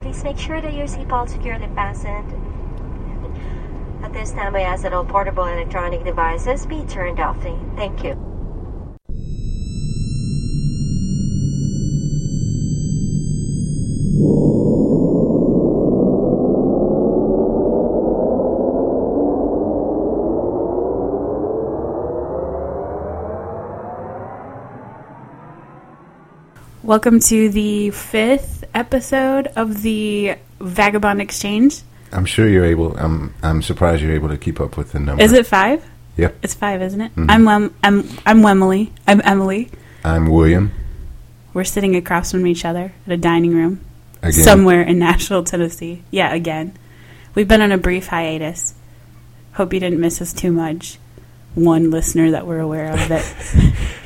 please make sure that your seatbelt securely fastened. At this time, I ask that all portable electronic devices be turned off. Thank you. Welcome to the fifth episode of the Vagabond Exchange. I'm sure you're able. I'm I'm surprised you're able to keep up with the number. Is it five? Yep. It's five, isn't it? Mm-hmm. I'm Lem- I'm I'm Wemily. I'm Emily. I'm William. We're sitting across from each other at a dining room Again, somewhere in Nashville, Tennessee. Yeah, again. We've been on a brief hiatus. Hope you didn't miss us too much. One listener that we're aware of that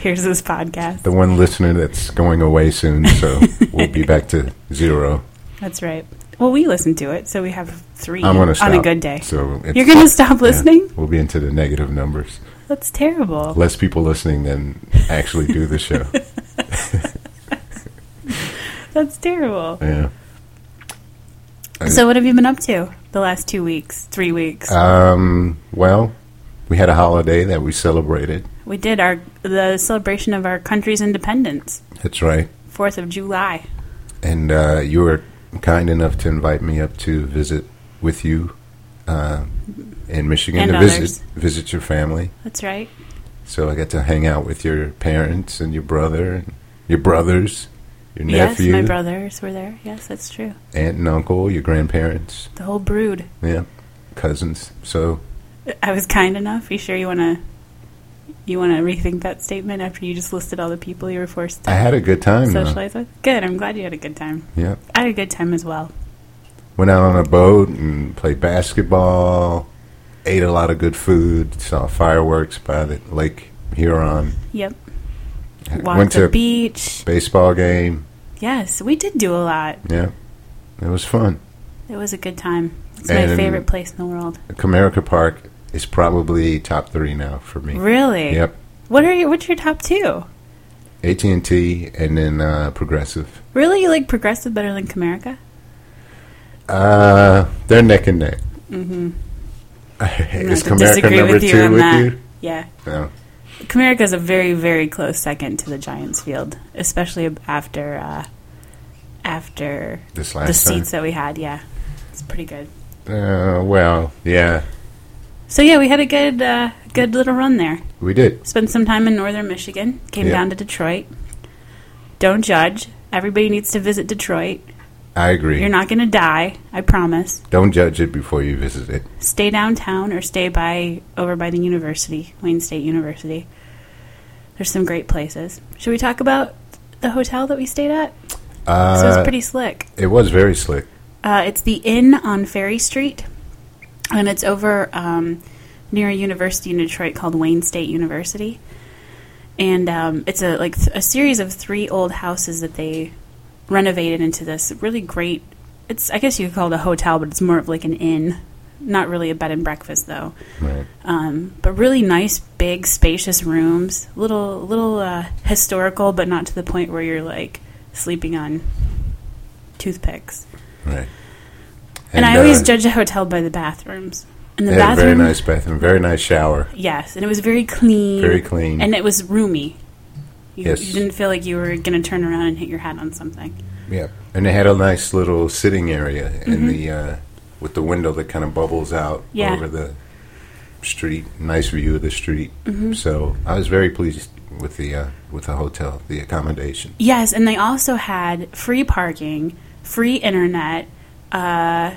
hears this podcast. the one listener that's going away soon, so we'll be back to zero. That's right. Well, we listen to it, so we have 3 I'm going to stop on a good day. So it's, You're going to stop yeah, listening? we'll be into the negative numbers. That's terrible. Less people listening than actually do the show. That's terrible. yeah. I- So, what have you been up to the last two weeks, three weeks? Um. Well, we had a holiday that we celebrated. we did our the celebration of our country's independence, That's right. Fourth of July. And uh, you were kind enough to invite me up to visit with you uh, in Michigan And to others. visit visit your family. That's right. So I got to hang out with your parents and your brother and your brothers, your Yes, nephew, my brothers were there. Yes, that's true. aunt and uncle, your grandparents, The whole brood. yeah, cousins. So I was kind enough. You sure you want to? You want to rethink that statement after you just listed all the people you were forced I to had a good time. though. socialize with? Good. I'm glad you had a good time. Yeah, I had a good time as well. went out on a boat and played basketball. Ate a lot of good food. Saw fireworks by the Lake Huron. Yep. Walked went to the a beach. baseball game. Yes, we did do a lot. Yeah, it was fun. It was a good time. It's my And- favorite place in the world. Comerica Park is probably top three now for me. Really? Yep, What are your What's your top two? AT and T, and then uh, Progressive. Really, you like Progressive better than Comerica? Uh, they're neck and neck. Mm-hmm. is Comerica number two with you? Yeah, No. Comerica is a very, very close second to the Giants field, especially ab- after uh, after This the last seats that we had. Yeah, it's pretty good. time. Uh, well, yeah, So yeah, we had a good uh, good little run there. we did. Spent some time in northern Michigan. Came Yeah. down to Detroit. Don't judge. Everybody needs to visit Detroit. I agree. You're not going to die. I promise. Don't judge it before you visit it. stay downtown or stay by over by the university, Wayne State University. There's some great places. Should we talk about the hotel that we stayed at? Uh, so it's pretty slick. it was very slick. Uh, it's the Inn on Ferry Street, and it's over um, near a university in Detroit called Wayne State University. And um, it's a like th- a series of three old houses that they renovated into this really great. It's I guess you could call it a hotel, but it's more of like an inn, not really a bed and breakfast though Right. um, but really nice, big, spacious rooms. Little, little uh, historical, but not to the point where you're like sleeping on toothpicks. Right. And, I always uh, judge a hotel by the bathrooms. And the they had a bathroom, very nice bathroom, very nice shower, yes, and it was very clean, very clean. and it was roomy. You, Yes. you didn't feel like you were going to turn around and hit your head on something. yeah, and they had a nice little sitting area in the uh, with the window that kind of bubbles out Mm-hmm. Yeah. over the street. Nice view of the street. Mm-hmm. So I was very pleased with the uh, with the hotel, the accommodation. Yes, and they also had free parking, free internet, uh,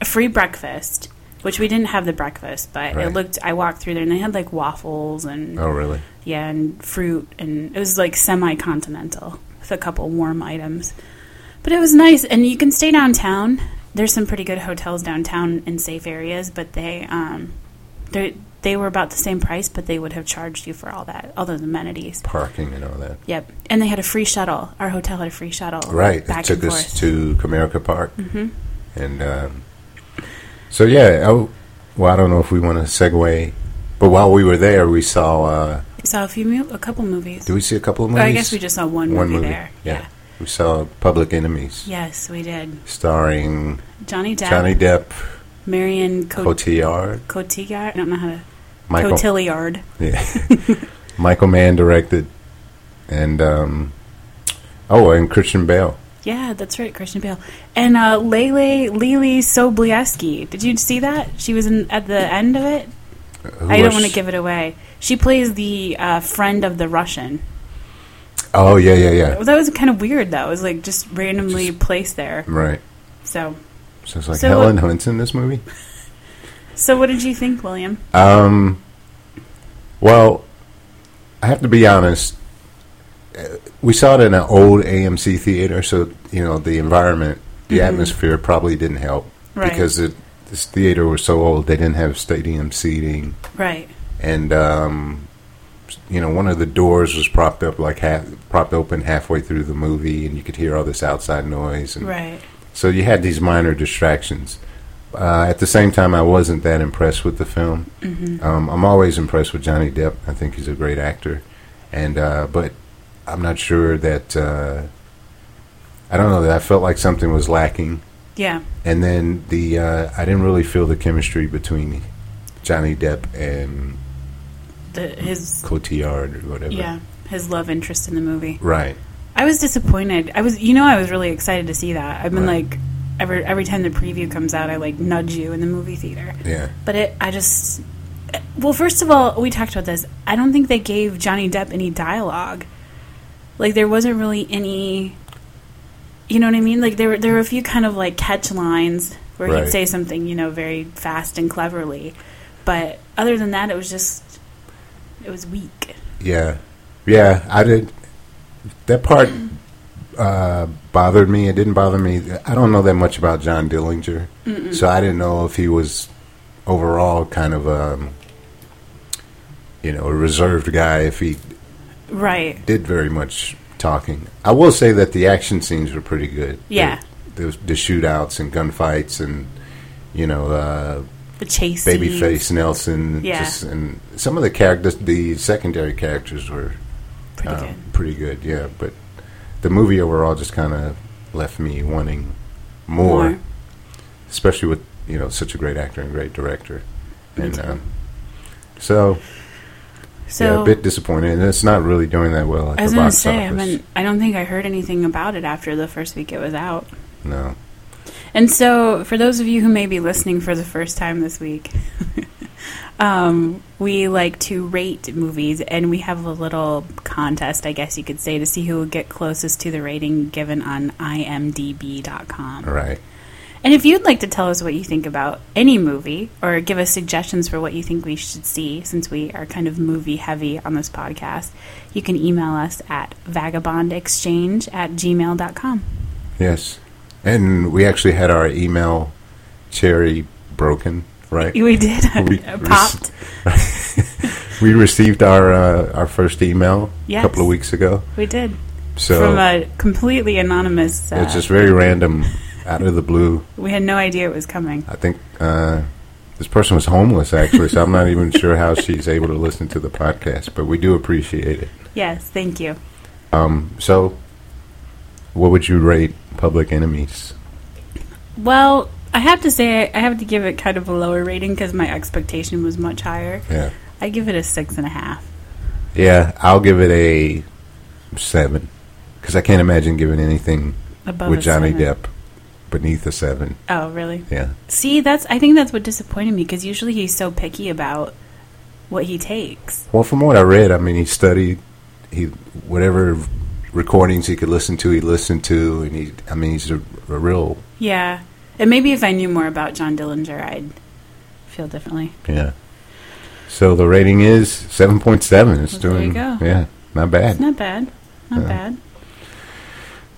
a free breakfast, which we didn't have the breakfast, but it Right. looked. I walked through there and they had like waffles and Oh, really? yeah, and fruit, and it was like semi-continental with a couple warm items. But it was nice, and you can stay downtown. There's some pretty good hotels downtown in safe areas, but they um, they they were about the same price, but they would have charged you for all that, all those amenities. Parking and all that. Yep. And they had a free shuttle. Our hotel had a free shuttle. Right. Back it took and us forth. to Comerica Park. Mm-hmm. And um, so, yeah, I w- well, I don't know if we want to segue, but while we were there, we saw, uh, we saw a few, mu- a couple movies. did we see a couple of Or movies? I guess we just saw one, One movie, movie, there. yeah. We saw Public Enemies, Yes, we did. starring Johnny Depp, Johnny Depp, Marion Cot- Cotillard, Cotillard. I don't know how to. Michael, Cotillard. yeah. Michael Mann directed, and um, oh, and Christian Bale. Yeah, that's right, Christian Bale. And uh, Lele Lily Sobieski. Did you see that? She was in, at the end of it. Who I don't else- want to give it away. She plays the uh, friend of the Russian. Oh yeah, yeah, yeah. That was kind of weird, though. It was like just randomly placed there. Right. So, So it's like So, uh, Helen Hunt's in this movie. so what did you think, William? Um, well, I have to be honest. Uh, We saw it in an old AMC theater, so you know the environment, the atmosphere probably didn't help Mm-hmm. Right. because it, this theater was so old they didn't have stadium seating, Right. and um, you know one of the doors was propped up like half propped open halfway through the movie, and you could hear all this outside noise, and Right. so you had these minor distractions. Uh, at the same time, I wasn't that impressed with the film. Um, I'm always impressed with Johnny Depp. I think he's a great actor, and uh, but I'm not sure that uh, I don't know that I felt like something was lacking. Yeah. And then the uh, I didn't really feel the chemistry between Johnny Depp and The, his Cotillard or whatever. yeah his love interest in the movie. Right. I was disappointed. I was, you know, I was really excited to see that. I've been Right. like, every every time the preview comes out, I like nudge you in the movie theater. Yeah. But it, I just, well, first of all, we talked about this. I don't think they gave Johnny Depp any dialogue. Like there wasn't really any, you know what I mean? Like there were there were a few kind of like catch lines where Right. he'd say something, you know, very fast and cleverly. But other than that, it was just, it was weak. Yeah, yeah, I did. That part uh, bothered me. It didn't bother me. I don't know that much about John Dillinger, so I didn't know if he was overall kind of um, you know a reserved guy. If he Right. did very much talking, I will say that the action scenes were pretty good. Yeah. the, the, the shootouts and gunfights and you know. Uh, The chase. scenes. Babyface Nelson, Yeah. just, and some of the characters, the secondary characters were Pretty um, good. pretty good, yeah. But the movie overall just kind of left me wanting more, More. especially with you know such a great actor and great director, Me and too. um, so, yeah, So a bit disappointed. And it's not really doing that well at I was the gonna box say, I office. mean, I don't think I heard anything about it after the first week it was out. no, And so, for those of you who may be listening for the first time this week, um, we like to rate movies, and we have a little contest, I guess you could say, to see who will get closest to the rating given on IMDb.com. all right, And if you'd like to tell us what you think about any movie or give us suggestions for what you think we should see, since we are kind of movie heavy on this podcast, you can email us at vagabondexchange at gmail.com. yes, and we actually had our email cherry broken, right? We did. We- popped. we received our uh, our first email Yes. a couple of weeks ago, We did. so From uh, a completely anonymous. Uh, it's just very random, out of the blue. we had no idea it was coming. I think uh, this person was homeless, actually, so I'm not even sure how she's able to listen to the podcast, but we do appreciate it. Um, Yes, thank you. So, what would you rate Public Enemies? Well, I have to say, I have to give it kind of a lower rating because my expectation was much higher. Yeah. I give it a six and a half. Yeah, I'll give it a seven, because I can't imagine giving anything Above with a Johnny seven. Depp beneath a seven. Oh, really? Yeah. See, that's I think that's what disappointed me because usually he's so picky about what he takes. Well, from what I read, I mean, he studied he whatever recordings he could listen to, he listened to, and he. I mean, he's a, a real Yeah, and maybe if I knew more about John Dillinger, I'd feel differently. Yeah. So the rating is seven point seven. It's Well, there doing you go. yeah, not bad. Not bad, not Yeah. bad.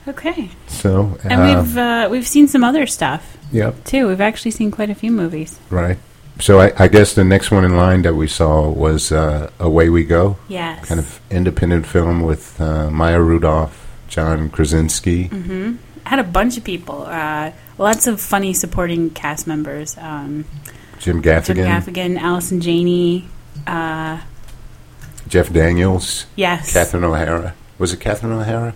Okay, So and uh, we've uh, we've seen some other stuff yep, too. We've actually seen quite a few movies. right. So I, I guess the next one in line that we saw was uh, "Away We Go," Yes, kind of independent film with uh, Maya Rudolph, John Krasinski. Mm. had a bunch of people. Uh, lots of funny supporting cast members. Um, Jim Jim Gaffigan, Gaffigan, Allison Janney. Uh, Jeff Daniels, yes, Catherine O'Hara. Was it Catherine O'Hara?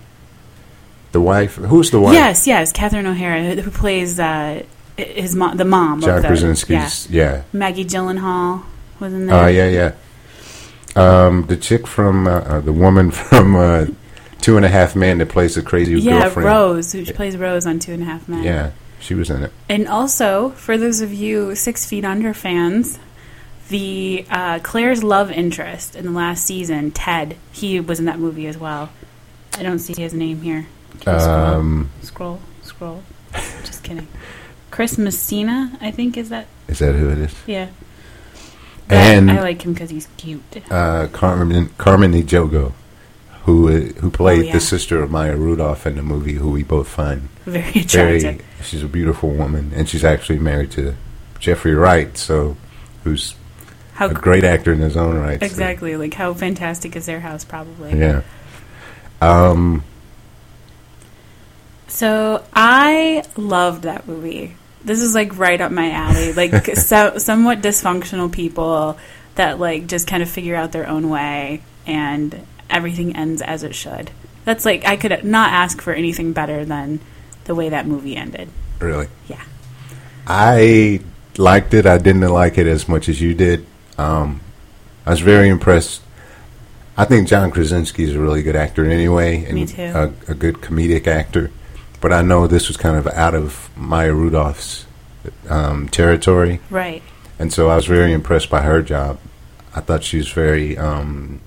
The wife. Who's the wife? Yes, yes, Catherine O'Hara, who who plays uh, his mo- the mom. John of the, Krasinski's. Yeah. Yeah. Maggie Gyllenhaal was in Oh there. yeah, yeah. Um, the chick from uh, uh, the woman from uh, Two and a Half Men that plays the crazy yeah, girlfriend. Rose, who plays Rose on Two and a Half Men. Yeah, she was in it. And also, for those of you Six Feet Under fans, the uh, Claire's love interest in the last season, Ted, he was in that movie as well. I don't see his name here. Can you scroll? Um, scroll, scroll. Just kidding. Chris Messina, I think, is that? is that who it is? Yeah. And- I like him because he's cute. Uh, Carmen Carmen Ejogo, who uh, who played Oh, yeah. the sister of Maya Rudolph in the movie, who we both find Very very. attractive. She's a beautiful woman, and she's actually married to Jeffrey Wright, so who's How a great actor in his own right. so- Exactly. Like, how fantastic is their house, probably? yeah. Um, So I loved that movie. This is like right up my alley. Like so, somewhat dysfunctional people that like just kind of figure out their own way, and everything ends as it should. That's like I could not ask for anything better than the way that movie ended. really. Yeah. I liked it. I didn't like it as much as you did. Um, I was very impressed. I think John Krasinski is a really good actor anyway, and Me too. A, a good comedic actor. But I know this was kind of out of Maya Rudolph's um, territory, Right. and so I was very impressed by her job. I thought she was very. Um,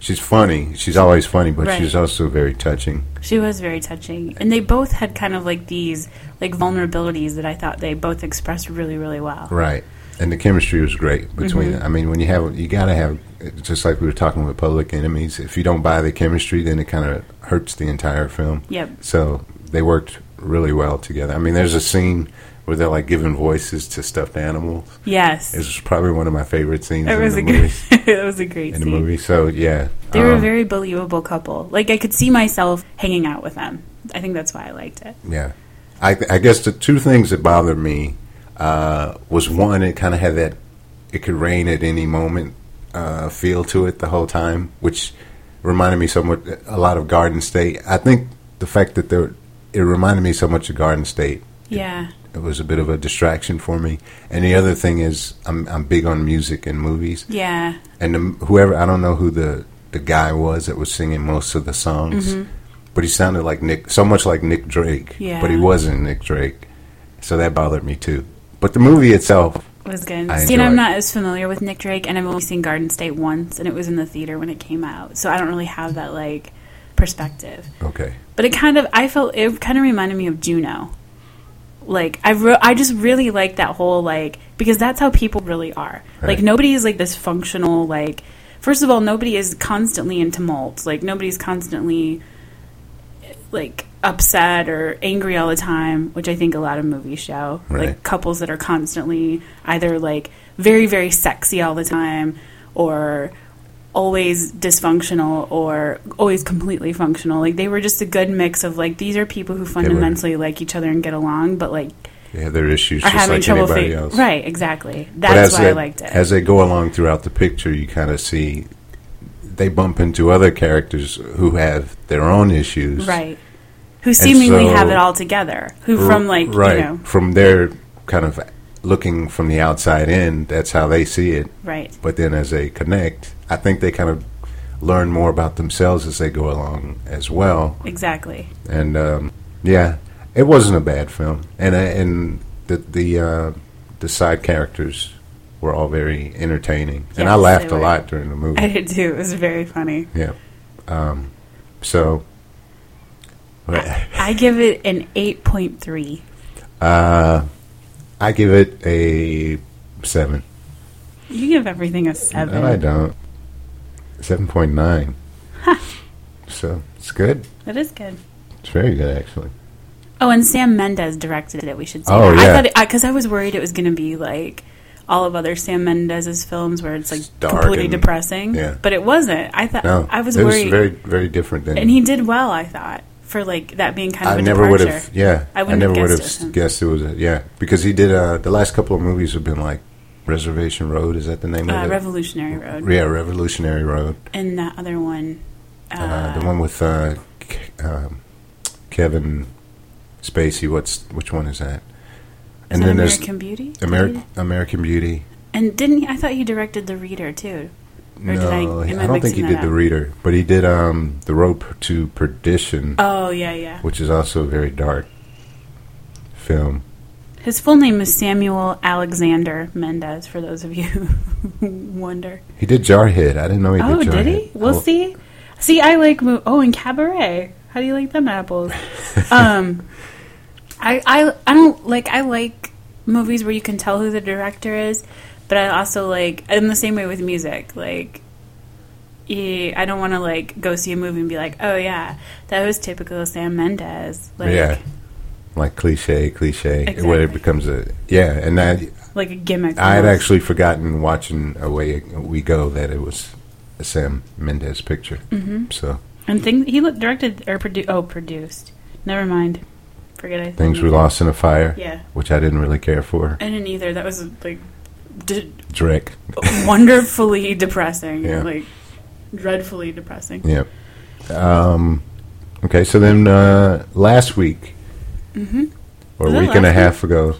she's funny. She's always funny, but Right. she's also very touching. She was very touching, and they both had kind of like these like vulnerabilities that I thought they both expressed really, really well. Right. And the chemistry was great between. Mm-hmm. I mean, when you have, you gotta have. it's Just like we were talking with Public Enemies, if you don't buy the chemistry, then it kind of hurts the entire film. Yep. So they worked really well together. I mean, there's a scene where they're like giving voices to stuffed animals. Yes. It was probably one of my favorite scenes That in was the a movie. good. that was a great. In the scene. movie, so yeah, They were a um, very believable couple. Like I could see myself hanging out with them. I think that's why I liked it. Yeah, I, I guess the two things that bothered me uh, was one, it kind of had that it could rain at any moment uh, feel to it the whole time, which reminded me somewhat a lot of Garden State. I think the fact that there it reminded me so much of Garden State. Yeah. It was a bit of a distraction for me. And the other thing is, I'm I'm big on music and movies, Yeah. and the, whoever I don't know who the the guy was that was singing most of the songs, but he sounded like Nick, so much like Nick Drake, Mm-hmm. Yeah. but he wasn't Nick Drake, so that bothered me too. But the movie itself, It was good. I See, and I'm enjoyed- not as familiar with Nick Drake and I've only seen Garden State once and it was in the theater when it came out. So I don't really have that like perspective. okay, But it kind of I felt it kind of reminded me of Juno. Like I re- I just really like that whole like because that's how people really are. Like Right. nobody is like this functional like first of all nobody is constantly in tumult. Like nobody's constantly like upset or angry all the time, which I think a lot of movies show. Right. Like couples that are constantly either like very very sexy all the time or always dysfunctional or always completely functional. Like they were just a good mix of like these are people who fundamentally like each other and get along, but like they have their issues are just having like trouble anybody figuring else. right. Exactly. But That's as why they, I liked it. As they go along throughout the picture, you kind of see they bump into other characters who have their own issues, right. Who seemingly so- have it all together. Who from like right you know from their kind of looking from the outside in, that's how they see it. right. but then as they connect, I think they kind of learn more about themselves as they go along as well. Exactly. And um, yeah, it wasn't a bad film, and uh, and the the uh, the side characters were all very entertaining, and I Yes, laughed they a were. lot during the movie. I did too. It was very funny. yeah, um, so. I give it an 8.3. Uh, I give it a seven. You give everything a No, I 7. don't. Seven point nine. so it's good. That is good. It's very good, actually. Oh, and Sam Mendes directed it, we should say. Oh, that. yeah. I thought because I was worried it was going to be like all of other Sam Mendes's films where it's like It's dark completely and- depressing. yeah. But it wasn't. I thought No, I was it worried. Was very, very different than. and he did well, I thought, for like that being kind of I a never would departure. have. Yeah, I wouldn't never have guessed would have it was him. guessed it was. A, yeah, because he did. Uh, the last couple of movies have been like Reservation Road. Is that the name Uh, of it? Revolutionary Road. yeah, Revolutionary Road. and that other one. Uh, Uh, the one with uh, K- um, Kevin Spacey. What's which one is that? And then American Beauty. there's Ameri- American Beauty. and didn't he- I thought you directed The Reader too? Or did I- No, he- am I, I don't think he mixing did that the up? reader, but he did um, the Rope to Perdition, Oh yeah, yeah. which is also a very dark film. His full name is Samuel Alexander Mendez. For those of you who wonder. He did Jarhead. I didn't know he Oh, did Jarhead. did he? We'll Oh, see. See, I like mo- oh, and Cabaret. How do you like them apples? um, I I I don't like I like movies where you can tell who the director is, but I also like I'm the same way with music. Like, eh, I don't want to like go see a movie and be like, oh yeah, that was typical Sam Mendes. Like, yeah, like cliche, cliche. Exactly. Where it becomes a yeah, and that like a gimmick. I had almost. actually forgotten watching Away We Go that it was a Sam Mendes picture. Mm-hmm. So and things he looked, directed or produ- oh produced. Never mind, forget I things were lost in a fire, Yeah, which I didn't really care for. I didn't either. That was like. d Drek. wonderfully depressing. Yeah. Like dreadfully depressing. Yep. Um, okay, so then uh, last week, or Mm-hmm. Was a it week and a last half ago,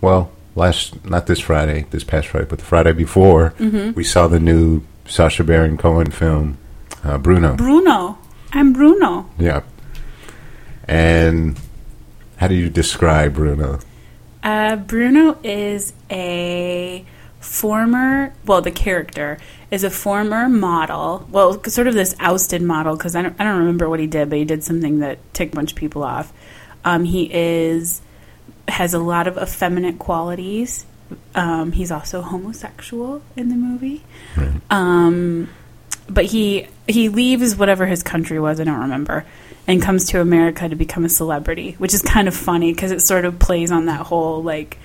well, last not this Friday, this past Friday, but the Friday before, Mm-hmm. we saw the new Sasha Baron Cohen film, uh, Bruno. Bruno. I'm Bruno. yeah. And how do you describe Bruno? Uh, Bruno is a former, well, the character is a former model. Well, sort of this ousted model because I don't, I don't remember what he did, but he did something that ticked a bunch of people off. Um, he is has a lot of effeminate qualities. Um, he's also homosexual in the movie. Um, but he he leaves whatever his country was, I don't remember, and comes to America to become a celebrity, which is kind of funny because it sort of plays on that whole like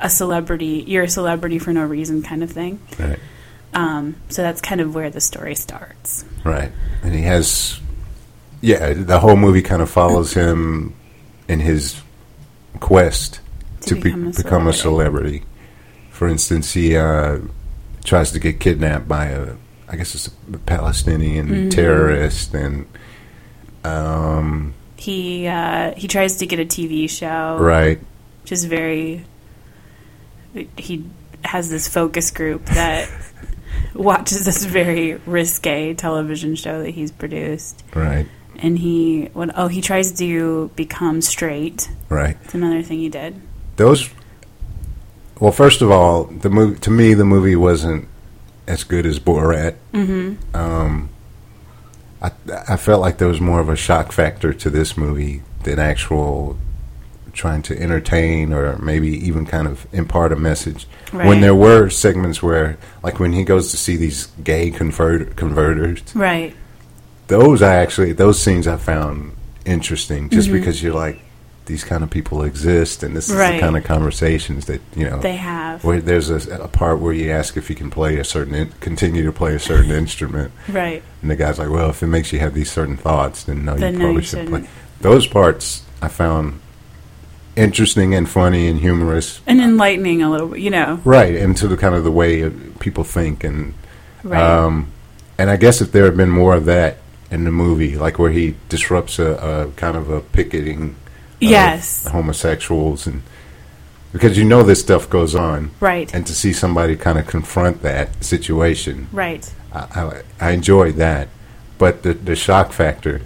a celebrity, you're a celebrity for no reason kind of thing. Right. Um, so that's kind of where the story starts. Right. And he has, yeah, the whole movie kind of follows him in his quest to, be- become, a celebrity. For instance, he uh, tries to get kidnapped by a, I guess it's a Palestinian terrorist, and um, He uh, he tries to get a TV show, right, which is very. He has this focus group that watches this very risque television show that he's produced. right, and he when oh he tries to become straight. right. It's another thing he did. Those. Well, first of all, the movie to me the movie wasn't as good as Borat. Mm-hmm. um, I, I felt like there was more of a shock factor to this movie than actual trying to entertain or maybe even kind of impart a message. Right. When there were segments where, like when he goes to see these gay convert- converters, right. those I actually those scenes I found interesting just Mm-hmm. because you're like these kind of people exist and this is the Right. kind of conversations that you know They have where there's a, a part where you ask if you can play a certain in- continue to play a certain instrument right. and the guy's like, "Well, if it makes you have these certain thoughts, then no, Then you no, probably you should play." shouldn't. Those parts I found interesting and funny and humorous, And enlightening a little bit, you know. right? And to the kind of the way uh, people think, and Right. um, and I guess if there had been more of that in the movie, like where he disrupts a, a kind of a picketing, of yes. homosexuals, and because you know this stuff goes on, Right. and to see somebody kind of confront that situation right. I, I I enjoyed that, but the the shock factor,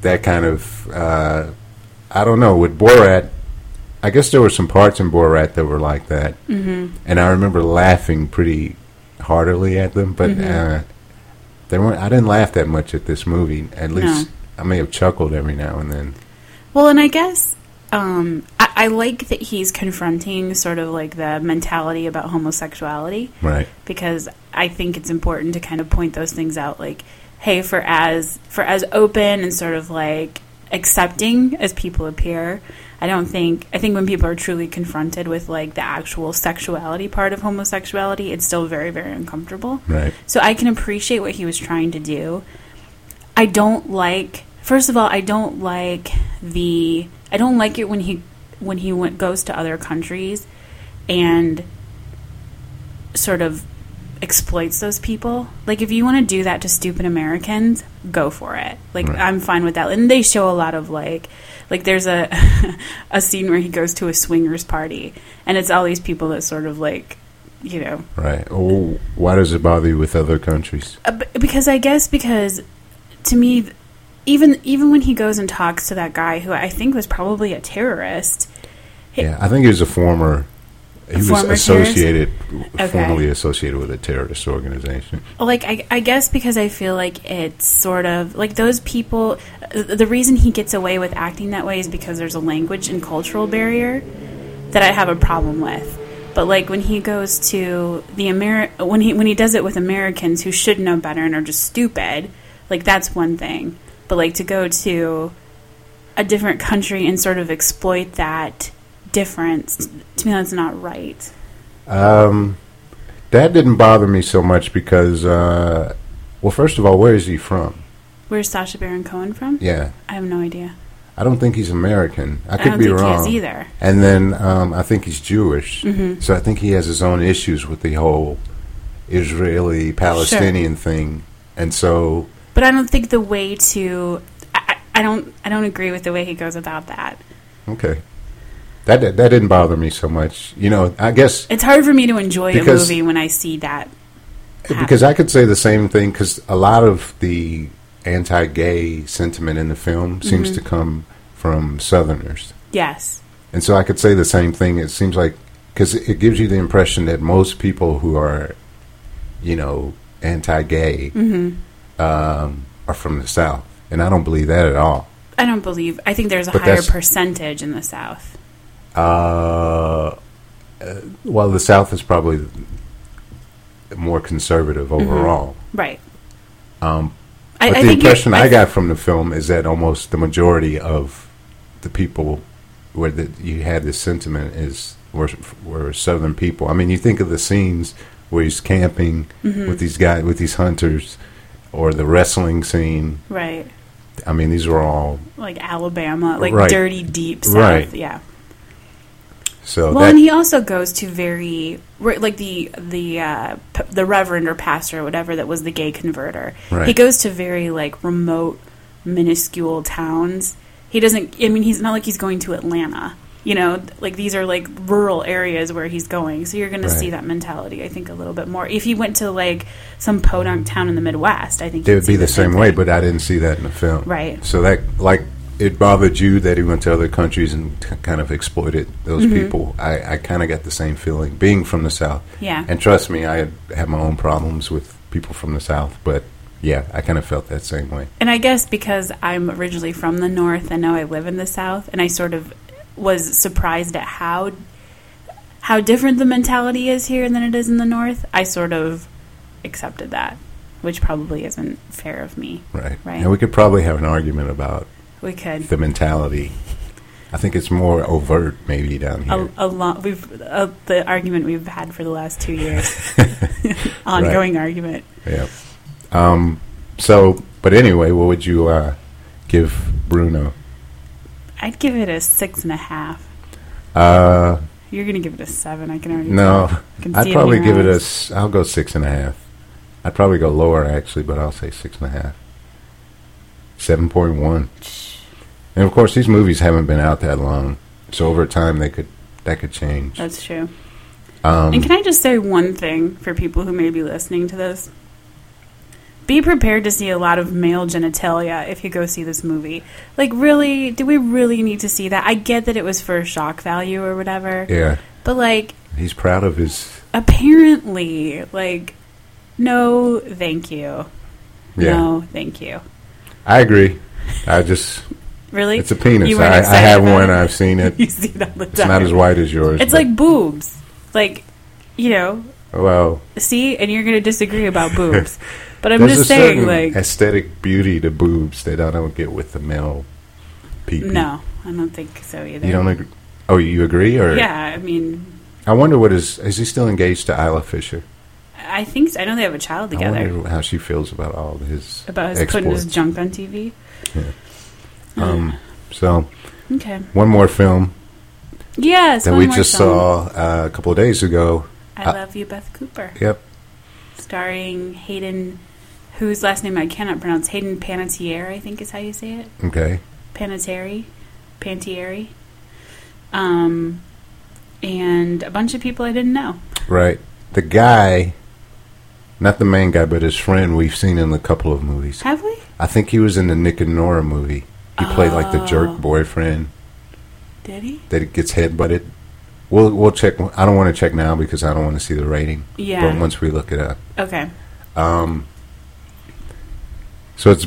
that kind of uh, I don't know with Borat. I guess there were some parts in Borat that were like that, Mm-hmm. and I remember laughing pretty heartily at them. But uh, they weren't. I didn't laugh that much at this movie. At least I may have chuckled every now and then. Well, and I guess um, I, I like that he's confronting sort of like the mentality about homosexuality. Right. because I think it's important to kind of point those things out like hey for as for as open and sort of like accepting as people appear I don't think I think when people are truly confronted with like the actual sexuality part of homosexuality it's still very very uncomfortable Right. so I can appreciate what he was trying to do. I don't like first of all, I don't like the I don't like it when he when he went, goes to other countries and sort of exploits those people. Like if you want to do that to stupid Americans, go for it. Like Right. I'm fine with that. And they show a lot of like like there's a a scene where he goes to a swingers party and it's all these people that sort of like you know Right. Oh, why does it bother you with other countries? Uh, b- because I guess because to me, th- even even when he goes and talks to that guy who I think was probably a terrorist, Hey. Yeah, I think he was a former. He was Former terrorist? associated, Okay. formerly associated with a terrorist organization. like I, I guess because I feel like it's sort of like those people. uh, The reason he gets away with acting that way is because there's a language and cultural barrier that I have a problem with. But like when he goes to the Ameri- when he when he does it with Americans who should know better and are just stupid, like that's one thing. But like to go to a different country and sort of exploit that difference to me that's not right. Um, that didn't bother me so much because, uh, well, first of all, where is he from? Where's Sasha Baron Cohen from? Yeah, I have no idea. I don't think he's American. I I could don't be think wrong. he is either. And then um, I think he's Jewish, Mhm. so I think he has his own issues with the whole Israeli-Palestinian thing, and so But I don't think the way to I, I I don't I don't agree with the way he goes about that. okay. That, that that didn't bother me so much, you know. I guess It's hard for me to enjoy Because- a movie when I see that. happen. Because I could say the same thing because a lot of the anti-gay sentiment in the film seems to come from Southerners, yes, and so I could say the same thing. It seems like because it gives you the impression that most people who are, you know, anti-gay um, are from the South, and I don't believe that at all. I don't believe. I think there's a But higher that's- percentage in the South. Uh, uh, well, the South is probably more conservative overall. Right. Um, I, but I the think you're- impression I, th- got from the film is that almost the majority of the people where the, you had this sentiment is were, were Southern people. I mean, you think of the scenes where he's camping Mm-hmm. with these guys, with these hunters, or the wrestling scene. right, I mean, these were all like Alabama, like Right. dirty deep South. Right. Yeah. so well, that and he also goes to very re- like the the uh, p- the reverend or pastor or whatever that was the gay converter. Right. He goes to very like remote, minuscule towns. He doesn't. I mean, he's not like he's going to Atlanta. You know, th- like these are like rural areas where he's going. So you're going to see Right. that mentality, I think, a little bit more. If he went to like some podunk town in the Midwest, I think they he'd would see be the same thing. way, but I didn't see that in the film. Right. So that like it bothered you that he went to other countries and k kind of exploited those Mm-hmm. people. I, I kind of got the same feeling being from the South. Yeah. And trust me, I have my own problems with people from the South, but yeah, I kind of felt that same way. And I guess because I'm originally from the North and now I live in the South, and I sort of was surprised at how how different the mentality is here than it is in the North. I sort of accepted that, which probably isn't fair of me. Right. Right. And we could probably have an argument about We could the mentality. I think it's more overt maybe down here. a, a lot. We've uh, the argument we've had for the last two years, ongoing argument. Yeah. Um, so, but anyway, what would you uh, give Bruno? I'd give it a six and a half. Uh, You're gonna give it a seven. I can already no, tell. I can see I'd in probably your give it a. eyes. s- I'll go six and a half. I'd probably go lower actually, but I'll say six and a half. Seven point one. And of course, these movies haven't been out that long, so over time they could that could change. That's true. And Um, can I just say one thing for people who may be listening to this? Be prepared to see a lot of male genitalia if you go see this movie. Like, really, do we really need to see that? I get that it was for shock value or whatever, yeah, but like, he's proud of his. apparently, like, no, thank you. Yeah, No, thank you. I agree. I just Really? it's a penis. You weren't I, I excited have about it? one. I've seen it. you see it all the It's time. not as white as yours. It's but- oh, like boobs. Like, you know, well, see, and you're going to disagree about boobs. But I'm there's a just saying, certain like, aesthetic beauty to boobs that I don't get with the male people. No, I don't think so either. You don't agree? Oh, you agree? Or Yeah, I mean, I wonder what is is he still engaged to Isla Fisher? I think so. I know they have a child I together. wonder how she feels about all his About his putting exports. his junk on TV. um, so Okay. one more film Yes. that one we more just song. saw uh, a couple of days ago. I love you, Beth Cooper. Yep, starring Hayden, whose last name I cannot pronounce. Hayden Panettiere, I think is how you say it. Okay. Panettiere, Pantieri, um, and a bunch of people I didn't know. Right. The guy, not the main guy, but his friend we've seen in a couple of movies. Have we? I think he was in the Nick and Nora movie. He played like the Oh. jerk boyfriend Did he? that gets headbutted. We'll we'll check. I don't want to check now because I don't want to see the rating. But Yeah. once we look it up, Okay. um, so it's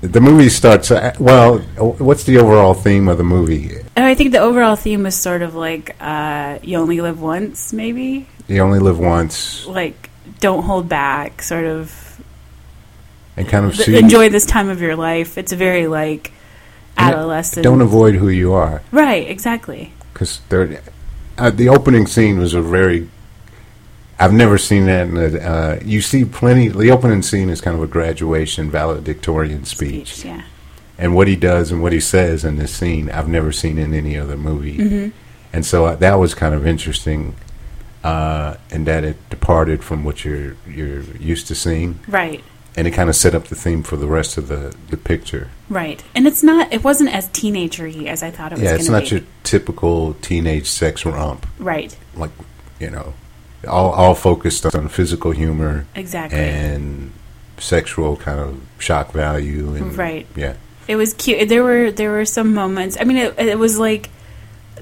the movie starts. uh, Well, what's the overall theme of the movie? And I think the overall theme was sort of like uh, you only live once, maybe. You only live once, Like don't hold back, sort of and kind of th- see. enjoy this time of your life. It's very like And adolescent. Don't avoid who you are. Right, exactly. because uh, the opening scene was a very I've never seen that in a, uh, you see plenty the opening scene is kind of a graduation valedictorian speech, yeah. and what he does and what he says in this scene I've never seen in any other movie hmm and so uh, that was kind of interesting uh, in that it departed from what you're you're used to seeing Right, and it kind of set up the theme for the rest of the, the picture right. And it's not. It wasn't as teenagery as I thought it was. yeah it's gonna not be. your typical teenage sex romp Right, like you know all, all focused on physical humor exactly. and sexual kind of shock value and Right. yeah It was cute. There were there were some moments. I mean, it, it was like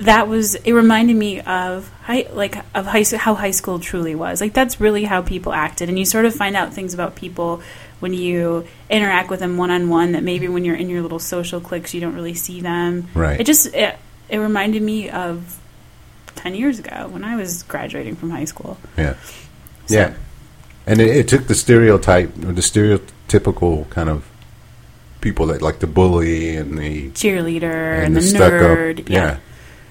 that was. It reminded me of high, like of high s- how high school truly was. Like that's really how people acted, and you sort of find out things about people when you interact with them one on one that maybe when you're in your little social cliques you don't really see them. right It just it, it reminded me of ten years ago when I was graduating from high school. yeah yeah and it, it took the stereotype or the stereotypical kind of people that like the bully and the Cheerleader and and, the, stuck nerd. up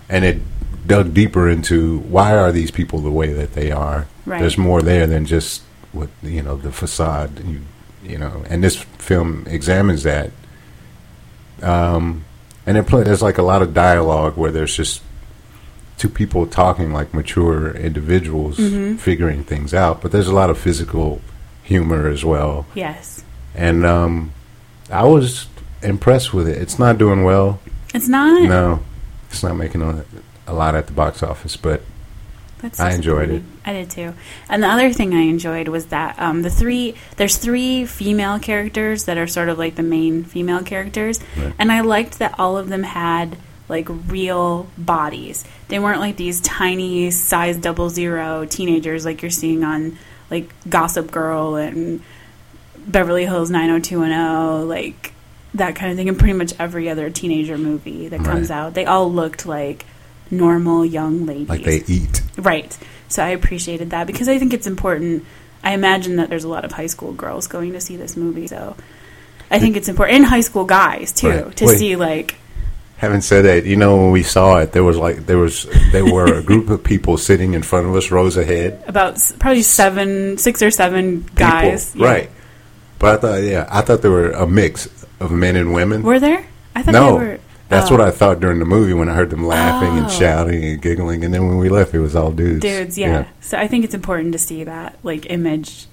and it dug deeper into why are these people the way that they are right. there's more there than just what you know the facade you, you know and this film examines that um, and it pl- there's like a lot of dialogue where there's just two people talking like mature individuals Mhm. figuring things out but there's a lot of physical humor as well yes. and um, i was impressed with it it's not doing well It's not. no it's not making a, a lot at the box office but That's I enjoyed it. disappointing. I did too. And the other thing I enjoyed was that um, the three there's three female characters that are sort of like the main female characters, Right. and I liked that all of them had like real bodies. They weren't like these tiny size double zero teenagers like you're seeing on like Gossip Girl and Beverly Hills 90210, like that kind of thing, and pretty much every other teenager movie that comes Right. out. They all looked like normal young ladies. like they eat Right. So I appreciated that because I think it's important. I imagine that there's a lot of high school girls going to see this movie, so I think it's important, and high school guys too, Right. to Wait. see like Having said that, you know when we saw it, there was like there was they were a group of people sitting in front of us, rows ahead. about s- probably seven, six or seven guys. people, Yeah. right? But I thought, yeah, I thought they were a mix of men and women. Were there? I thought No. they were. That's oh, what I thought during the movie when I heard them laughing Oh. and shouting and giggling, and then when we left, it was all dudes. dudes. Yeah. So I think it's important to see that like image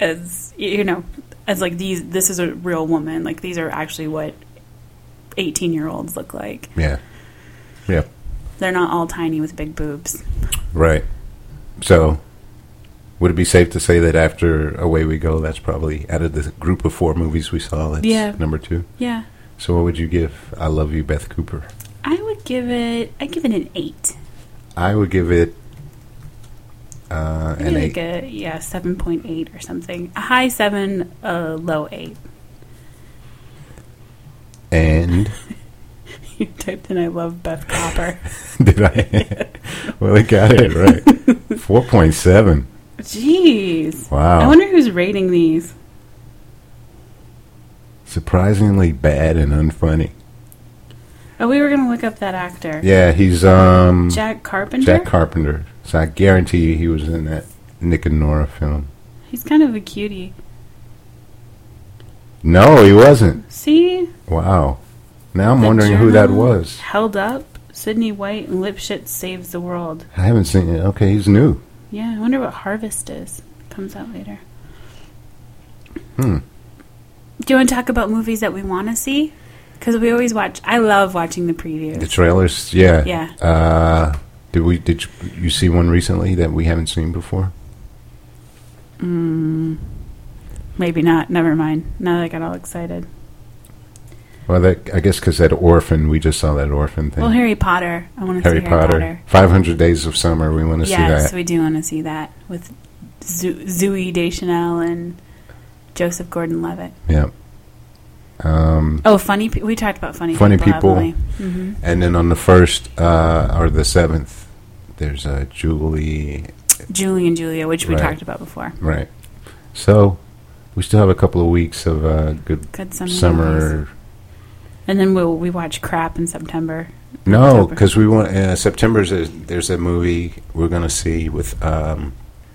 as y- you know as like these. This is a real woman. Like these are actually what eighteen year olds look like. yeah, yeah, They're not all tiny with big boobs. right. So, would it be safe to say that after Away We Go, that's probably out of the group of four movies we saw, that's Yeah. number two. Yeah. So, what would you give I Love You, Beth Cooper? I would give it. I give it an eight. I would give it uh, Maybe an like eight. a yeah, seven point eight or something. A high seven, a low eight. And You typed in "I love Beth Copper." did I? well, they got it right. Four point seven. Jeez, I Wow. wonder who's rating these. Surprisingly bad and unfunny. Oh, we were gonna look up that actor, Yeah, he's um Jack Carpenter. Jack Carpenter. So I guarantee you he was in that Nick and Nora film. He's kind of a cutie. No, he wasn't. See, Wow. Now I'm The wondering who that Journal. was. held up. Sydney White and Lipshit saves the world. I haven't seen it. Okay, he's new. Yeah, I wonder what Harvest is. Comes out later. Hmm. Do you want to talk about movies that we want to see? Because we always watch. I love watching the previews. The trailers, yeah. Yeah. Uh, did we? Did you, you see one recently that we haven't seen before? Mm. Maybe not. Never mind. Now that I got all excited. Well, that I guess because that orphan, we just saw that orphan thing. Well, Harry Potter. I want to Harry see Harry Potter. Five Hundred Days of Summer. We want to Yes, see that. we do want to see that with Zo- Zooey Deschanel and Joseph Gordon-Levitt. Yeah. Um, Oh, funny. Pe- we talked about funny. Funny people. People. hmm and then on the first uh, or the seventh, there's uh, a Julie. Julie and Julia, which we Right. talked about before. Right. So we still have a couple of weeks of uh, good Good summer. movies. summer. And then we'll we watch crap in September. No, October. because we want uh, September's. A, there's a movie we're going to see with um,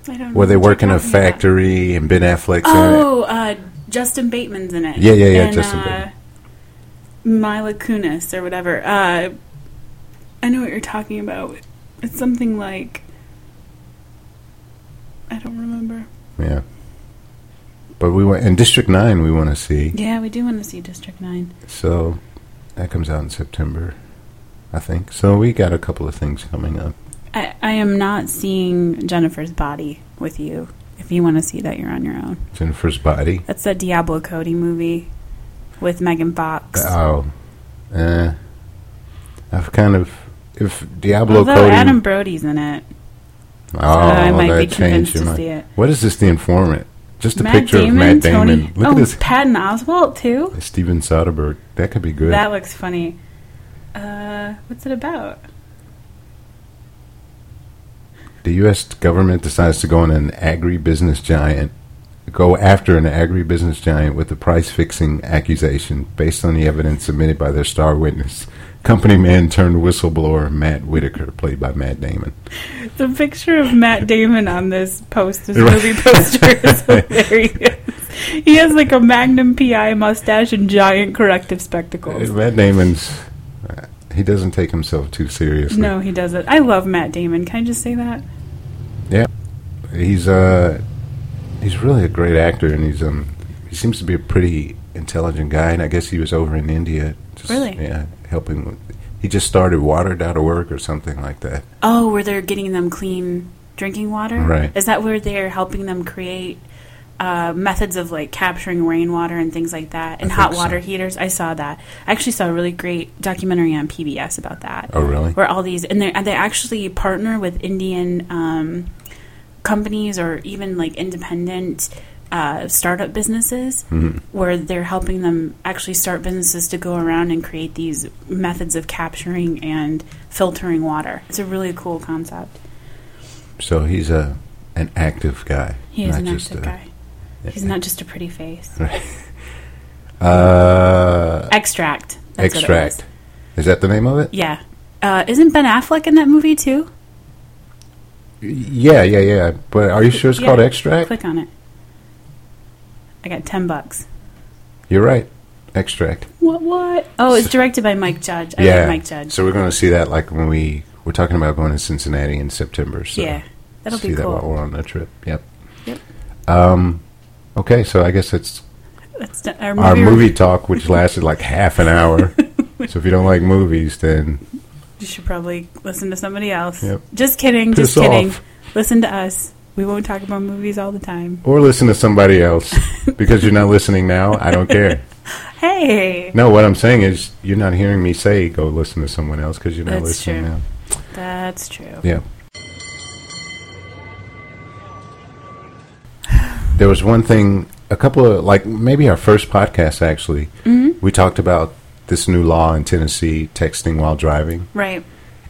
I don't. where know they what you're work in a talking about. factory and Ben Affleck's in it. Oh, uh, Justin Bateman's in it. Yeah, yeah, yeah, And, Justin uh, Bateman. Mila Kunis or whatever. Uh, I know what you're talking about. It's something like I don't remember. Yeah. But we want in District Nine. We want to see. Yeah, we do want to see District Nine. So that comes out in September, I think. So we got a couple of things coming up. I, I am not seeing Jennifer's body with you. If you want to see that, you're on your own. Jennifer's Body. That's that Diablo Cody movie with Megan Fox. Oh, uh, I've kind of if Diablo Although Cody. Adam Brody's in it, oh, so I might be that changed convinced your to mind. see it. What is this? The informant. Just a Matt picture Damon, of Matt Damon. Tony. Look oh, at this. Patton Oswalt too. Steven Soderbergh. That could be good. That looks funny. Uh, what's it about? the U.S. government decides to go on an agri-business giant, go after an agri-business giant with a price-fixing accusation based on the evidence submitted by their star witness, company man turned whistleblower Matt Whitaker, played by Matt Damon. The picture of Matt Damon on this post, this Right. movie poster, is hilarious. He has like a Magnum PI mustache and giant corrective spectacles. Uh, Matt Damon's uh, he doesn't take himself too seriously. No, he doesn't. I love Matt Damon. Can I just say that? He's uh he's really a great actor, and he's um he seems to be a pretty intelligent guy, and I guess he was over in India. Just, Really? Yeah, helping. With, he just started water.org or something like that. Oh, where they're getting them clean drinking water? Right. Is that where they're helping them create uh, methods of like capturing rainwater and things like that and I hot think water so. heaters? I saw that. I actually saw a really great documentary on PBS about that. Oh, really? Where all these, and they and they actually partner with Indian um, companies or even like independent. Uh, startup businesses where they're helping them actually start businesses to go around and create these methods of capturing and filtering water. It's a really cool concept. So he's a an active guy. He is not an just active a- guy. He's not just a pretty face. Uh, Extract. That's what it was. extract. Is that the name of it? Yeah. Uh, isn't Ben Affleck in that movie too? Yeah, yeah, yeah. But are you sure it's Yeah. called extract? Click on it. I got ten bucks. You're right. Extract. What? What? Oh, it's directed by Mike Judge. I yeah. like Mike Judge. So we're going to see that like when we we're talking about going to Cincinnati in September. So yeah, that'll see be that while cool. we're on that trip. Yep. Yep. Um. Okay, so I guess that's That's the- our our movie. movie talk, which lasted like half an hour. so if you don't like movies, then You should probably listen to somebody else. Yep. Just kidding. just piss kidding. off. Listen to us. We won't talk about movies all the time. or listen to somebody else because you're not listening now. I don't care. Hey, No, what I'm saying is you're not hearing me say go listen to someone else because you're not That's listening true. now. that's true. Yeah. There was one thing, a couple of like maybe our first podcast actually. Mm-hmm. We talked about this new law in Tennessee, texting while driving, Right.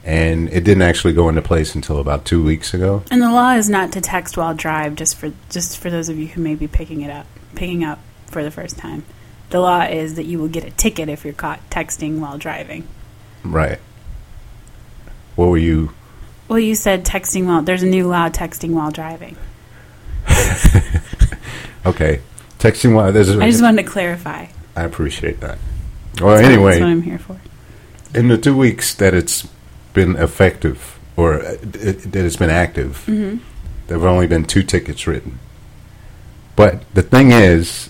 and it didn't actually go into place until about two weeks ago. And the law is not to text while drive, just for just for those of you who may be picking it up, picking up for the first time. The law is that you will get a ticket if you're caught texting while driving. Right. What were you? Well, you said texting while there's a new law texting while driving. Okay, texting while there's. a- I just wanted to clarify. I appreciate that. Well, That's what- anyway, that's what I'm here for. in the two Mm-hmm. weeks that it's been effective or uh, d- that it's been active, There have only been two tickets written. But the thing is,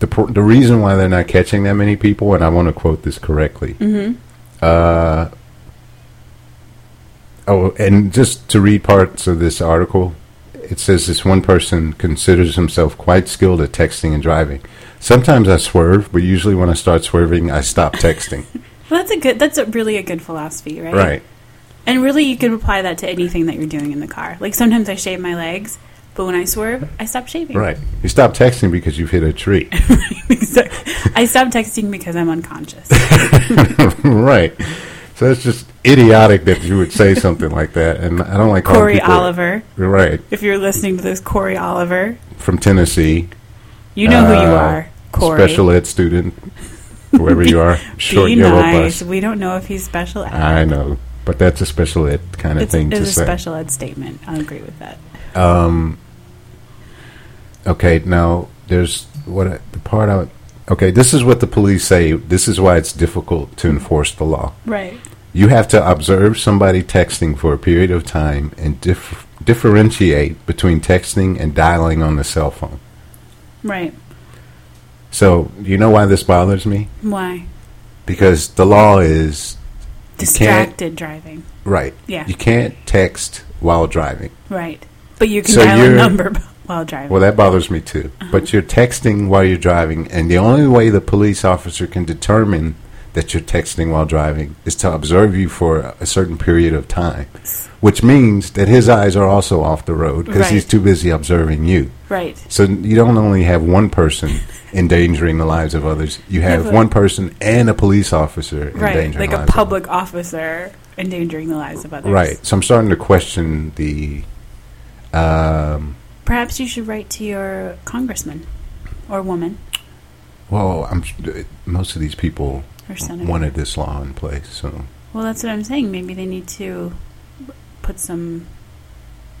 the pr- the reason why they're not catching that many people, and I want to quote this correctly. Mm-hmm. Uh, oh, and just to read parts of this article, it says this one person considers himself quite skilled at texting and driving. Sometimes I swerve, but usually when I start swerving, I stop texting. Well, that's a good. That's a really a good philosophy, right? right. And really, you can apply that to anything that you're doing in the car. Like sometimes I shave my legs, but when I swerve, I stop shaving. Right. You stop texting because you've hit a tree. Exactly. I stop texting because I'm unconscious. right. So that's just idiotic that you would say something like that. And I don't like calling Corey people- Oliver, Right. if you're listening to this, Corey Oliver, From Tennessee. you know who you Uh, are, Corey. Special ed student. Whoever you are. Short Be yellow nice. bus. We don't know if he's special ed. I know. But that's a special ed kind of it's thing it's to a say. special ed statement. I agree with that. Um, okay, now there's what I, the part I. Okay, this is what the police say. This is why it's difficult to enforce the law. Right. You have to observe somebody texting for a period of time and dif- differentiate between texting and dialing on the cell phone. Right. So, you know why this bothers me? Why? Because the law is Distracted driving. right. Yeah. You can't text while driving. Right. But you can So dial a you're- number while driving. Well, that bothers me too. Uh-huh. But you're texting while you're driving, and the only way the police officer can determine that you're texting while driving is to observe you for a certain period of time, which means that his eyes are also off the road because Right. he's too busy observing you. right. So you don't only have one person endangering the lives of others; you have but- one person and a police officer Right. Like endangering a lives of others. public officer endangering the lives of others. Right. So I'm starting to question the. Um, Perhaps you should write to your congressman or woman well, I'm most of these people or senator. wanted this law in place. So Well, that's what I'm saying. Maybe they need to put some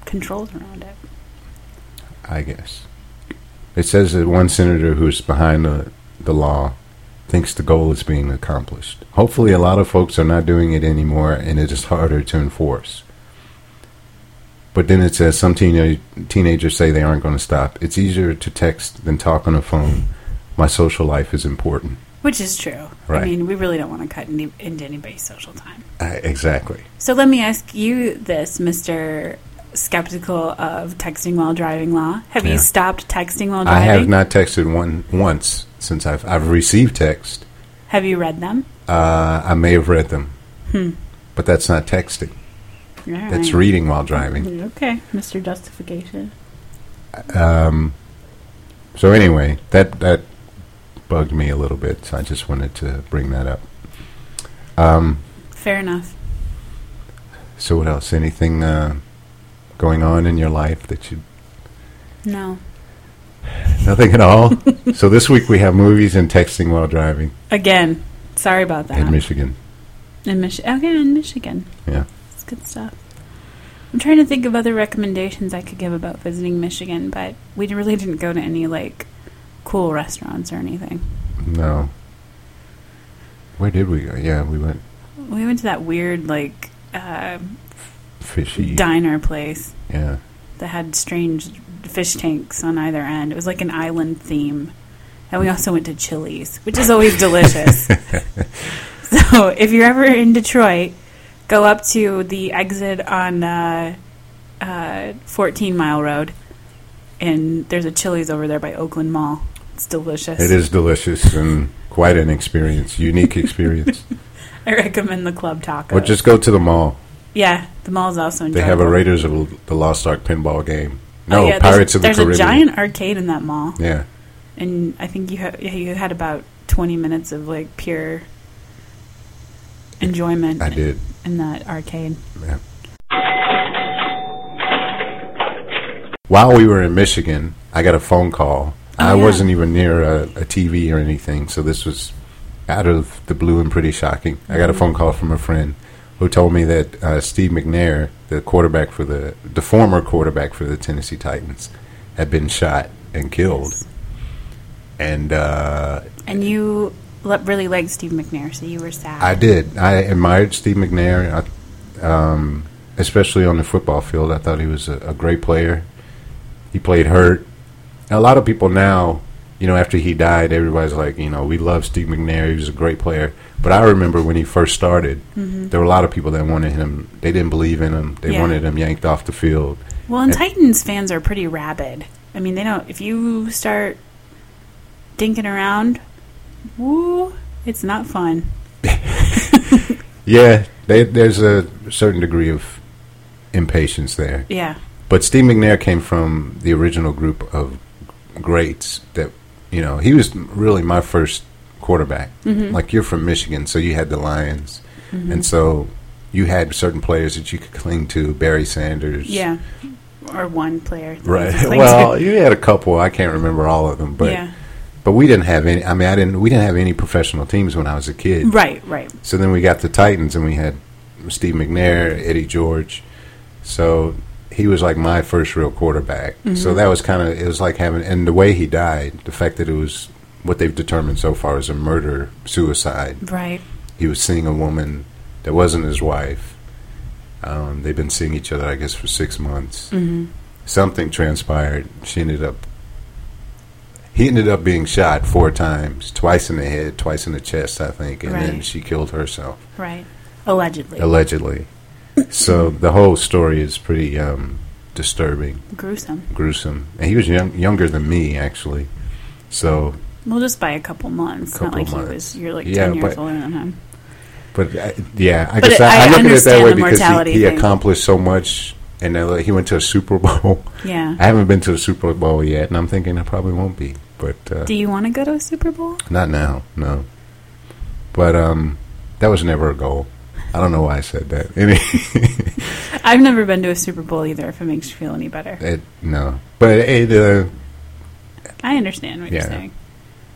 controls around it. I guess it says that one senator who's behind the, the law thinks the goal is being accomplished. Hopefully, a lot of folks are not doing it anymore, and it is harder to enforce. But then it says some teenage, teenagers say they aren't going to stop. It's easier to text than talk on the phone. My social life is important. Which is true. I Right. mean, we really don't want to cut any, into anybody's social time. I, exactly. So let me ask you this, Mr. Skeptical of texting while driving law. Have Yeah. you stopped texting while I driving? have not texted one once since I've I've received text. Have you read them? Uh, I may have read them, Hmm. but that's not texting. All right. That's reading while driving. Okay, Mr. Justification. Um, so anyway, that that bugged me a little bit. So I just wanted to bring that up. Um, Fair enough. so what else? Anything uh, going on in your life that you No. nothing at all? so this week we have movies and texting while driving Again, sorry about that. in Michigan. In Michi- okay, in Michigan. Yeah. It's good stuff. I'm trying to think of other recommendations I could give about visiting Michigan, but we really didn't go to any like cool restaurants or anything. No. Where did we go? Yeah, we went We went to that weird like uh, fishy. diner place yeah. that had strange fish tanks on either end. It was like an island theme. And we also went to Chili's, which is always delicious. so if you're ever in Detroit, go up to the exit on uh, uh, 14 Mile Road, and there's a Chili's over there by Oakland Mall. It's delicious. It is delicious and quite an experience, unique experience. I recommend the club tacos. or just go to the mall. yeah, the mall's also They enjoyable. have a Raiders of the Lost Ark pinball game. No, Oh, yeah, there's- Pirates of the Caribbean. There's a giant arcade in that mall. Yeah, and I think you ha- yeah, you had about twenty minutes of like pure enjoyment I did. in that arcade. Yeah. While we were in Michigan, I got a phone call. Oh, I yeah. wasn't even near a, a TV or anything, so this was out of the blue and pretty shocking. I Mm. got a phone call from a friend who told me that uh, Steve McNair, the quarterback for the the former quarterback for the Tennessee Titans, had been shot and killed. And uh, And you le- really liked Steve McNair, so you were sad. I did. I admired Steve McNair. I, um, especially on the football field. I thought he was a, a great player. He played hurt. A lot of people now, you know, after he died, everybody's like, you know, we love Steve McNair. He was a great player. But I remember when he first started, hmm there were a lot of people that wanted him. They didn't believe in him. They Yeah. wanted him yanked off the field. Well, and And- Titans fans are pretty rabid. I mean, they don't. If you start dinking around, woo, it's not fun. Yeah, they, there's a certain degree of impatience there. Yeah, But Steve McNair came from the original group of greats that, you know, he was really my first quarterback. Mhm. Like, you're from Michigan, so you had the Lions. Mm-hmm. And so you had certain players that you could cling to Barry Sanders. yeah. Or one player, that Right. you can cling well, to. you had a couple. I can't remember all of them, but yeah, but we didn't have any. I mean, I didn't. We didn't have any professional teams when I was a kid. right, right. So then we got the Titans, and we had Steve McNair, Eddie George. So he was like my first real quarterback. So that was kind of it was like having and the way he died, the fact that it was what they've determined so far is a murder suicide. Right. He was seeing a woman that wasn't his wife. Um, they've been seeing each other, I guess, for six months. hmm Something transpired. She ended up. He ended up being shot four times, twice in the head, twice in the chest, I think, and then Right. she killed herself Right. Allegedly. allegedly. so the whole story is pretty um, disturbing, Gruesome. gruesome. And he was young, younger than me, actually. So, Well, just by a couple months. Not Couple like months. he was. You're like Yeah, ten years but- older than him. but I, yeah, I But guess I I, I look at it that understand way the because mortality he, he thing. accomplished so much, and then, like, he went to a Super Bowl. Yeah. I haven't been to a Super Bowl yet, and I'm thinking I probably won't be, but uh, Do you want to go to a Super Bowl? not now, no. But um, that was never a goal. I don't know why I said that. Any- I've never been to a Super Bowl either. If it makes you feel any better, it, no, but it, uh, I understand what Yeah. you're saying.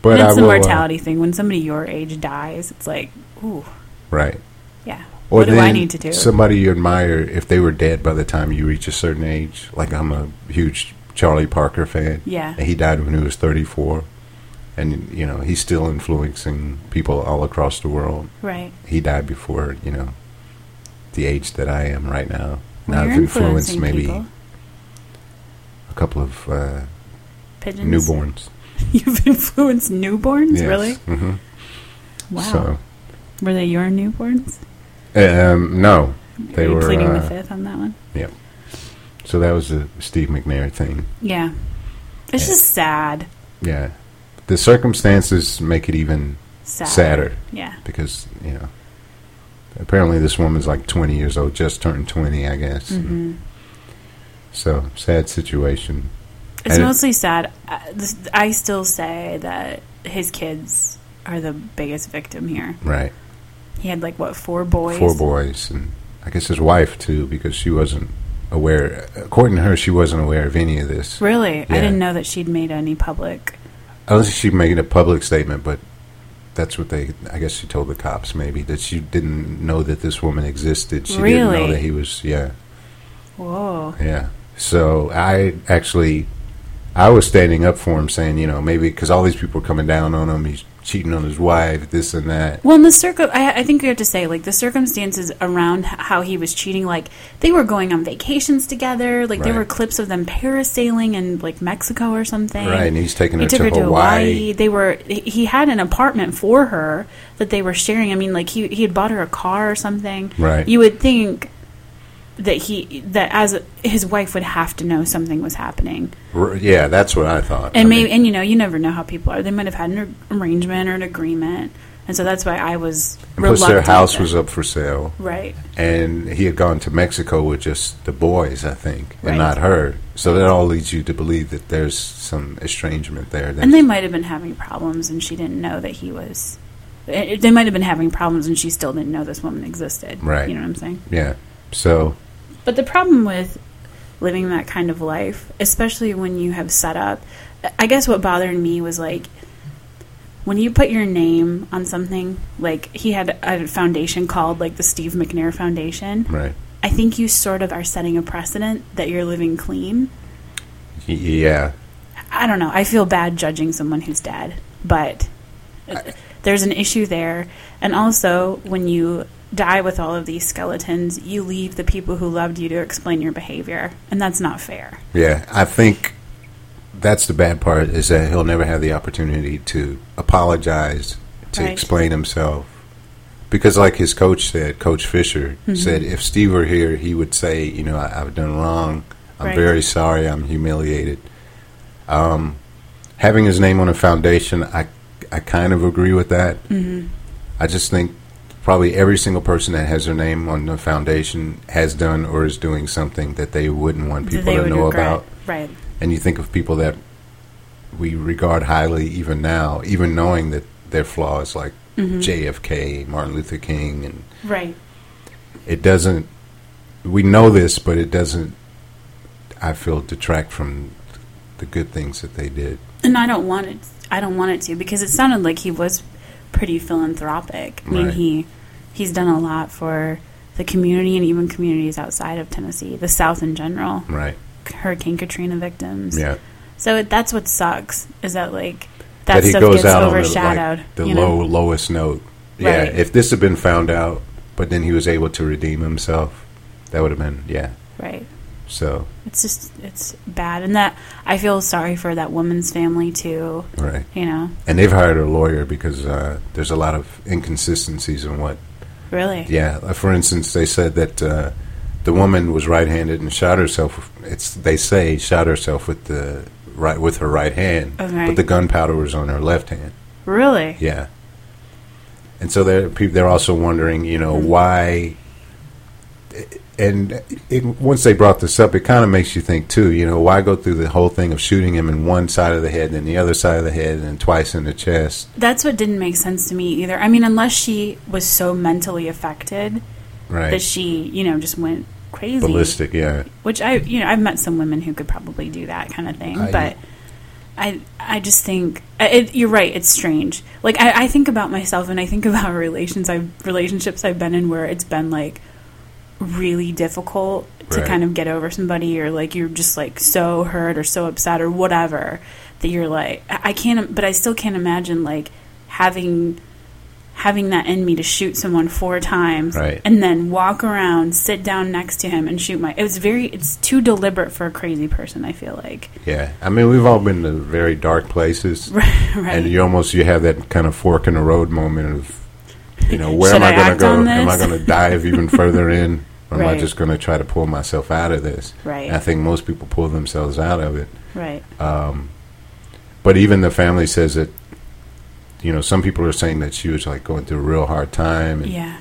but That's the I will, uh, mortality thing. When somebody your age dies, it's like, ooh, right. yeah. Or what do I then need to do? Somebody you admire, if they were dead by the time you reach a certain age, like I'm a huge Charlie Parker fan. Yeah. And he died when he was 34. And, you know, he's still influencing people all across the world. right. He died before, you know, the age that I am right now. And Well, I've you're influenced influencing maybe people. a couple of uh, Pigeons. newborns. You've influenced newborns, really? hmm Wow. So, Were they your newborns? um, no. They Are you were. pleading uh, the fifth on that one. so that was the Steve McNair thing. Yeah. It's Yeah. just sad. Yeah. The circumstances make it even Sad. sadder Yeah. because, you know, apparently this woman's like 20 years old, just turned 20, I guess. hmm So, sad situation. It's And it- mostly sad. I, this, I still say that his kids are the biggest victim here. Right. He had like what four boys? Four boys. And I guess his wife, too, because she wasn't aware. According to her, she wasn't aware of any of this. Really? I Yeah. didn't know that she'd made any public. Unless she made a public statement, but that's what they, I guess she told the cops maybe, that she didn't know that this woman existed. She didn't know Really? that he was, yeah. Whoa. Yeah. So I actually, I was standing up for him, saying, you know, maybe because all these people are coming down on him, he's cheating on his wife, this and that. Well, in the circle, I, I think you have to say like the circumstances around h- how he was cheating. Like they were going on vacations together. Like there Right. were clips of them parasailing in like Mexico or something. Right, and he's taking He her took to her to Hawaii. Hawaii. They were. he- He had an apartment for her that they were sharing. I mean, like he he had bought her a car or something. Right. You would think that he that as his wife would have to know something was happening. R- yeah, that's what I thought. And I maybe, mean, and you know, you never know how people are. They might have had an ar- arrangement or an agreement, and so that's why I was. and plus their reluctant house that- was up for sale, right. and he had gone to Mexico with just the boys, I think, and Right. not her. So that all leads you to believe that there's some estrangement there. That And they might have been having problems, and she didn't know that he was. eh, They might have been having problems, and she still didn't know this woman existed. Right. You know what I'm saying? yeah. So But the problem with living that kind of life, especially when you have set up, I guess what bothered me was like when you put your name on something. Like he had a foundation called like the Steve McNair Foundation. right, I think you sort of are setting a precedent that you're living clean. Y- yeah. I don't know. I feel bad judging someone who's dead, but there's an issue there. And also, when you die with all of these skeletons, you leave the people who loved you to explain your behavior, and that's not fair. Yeah, I think that's the bad part is that he'll never have the opportunity to apologize, to Right. explain himself. Because, like his coach said, Coach Fisher Mm-hmm. said, if Steve were here, he would say, you know, I, I've done wrong. I'm Right. very sorry. I'm humiliated. Um, having his name on a foundation, I, I kind of agree with that. Mm-hmm. I just think probably every single person that has their name on the foundation has done or is doing something that they wouldn't want people to know about right? and you think of people that we regard highly even now, even knowing that their flaws like JFK, Martin Luther King, and Right. it doesn't. We know this, but it doesn't. I feel detract from the good things that they did. And I don't want it. I don't want it to because it sounded like he was pretty philanthropic. I mean, Right. he he's done a lot for the community and even communities outside of Tennessee, the South in general, Right? Hurricane Katrina victims. Yeah. So it, that's what sucks is that like that, That, he stuff goes gets out on overshadowed. the, like, you the know? low lowest note. Yeah. Right. If this had been found out, but then he was able to redeem himself, that would have been yeah. right? So It's just it's bad, and that I feel sorry for that woman's family too. right. You know, And they've hired a lawyer because uh, there's a lot of inconsistencies in what. really. Yeah, uh, for instance, they said that uh, the woman was right-handed and shot herself. It's they say shot herself with the right with her right hand, Okay. but the gunpowder was on her left hand. Really. Yeah, and so they're peop- they're also wondering, you know, Mm-hmm. why. And it, once they brought this up, it kind of makes you think too. You know, why go through the whole thing of shooting him in one side of the head, then the other side of the head, and then twice in the chest? That's what didn't make sense to me either. I mean, unless she was so mentally affected Right. that she, you know, just went crazy. ballistic. Yeah, Which I, you know, I've met some women who could probably do that kind of thing, I- but I, I just think I- it, you're right. It's strange. Like I, I think about myself and I think about relations I've relationships I've been in where it's been like really difficult to Right. kind of get over somebody or like you're just like so hurt or so upset or whatever that you're like I I can't but I still can't imagine like having having that in me to shoot someone four times Right. and then walk around sit down next to him and shoot my it was very it's too deliberate for a crazy person I feel like yeah. I mean, we've all been to very dark places, right and you almost you have that kind of fork in the road moment of, you know, where Should am I, I going to act go? on Am I this? going to dive even further in? Or am I Right. just going to try to pull myself out of this? Right. And I think most people pull themselves out of it. right Um, but even the family says that, you know, some people are saying that she was like going through a real hard time, and, yeah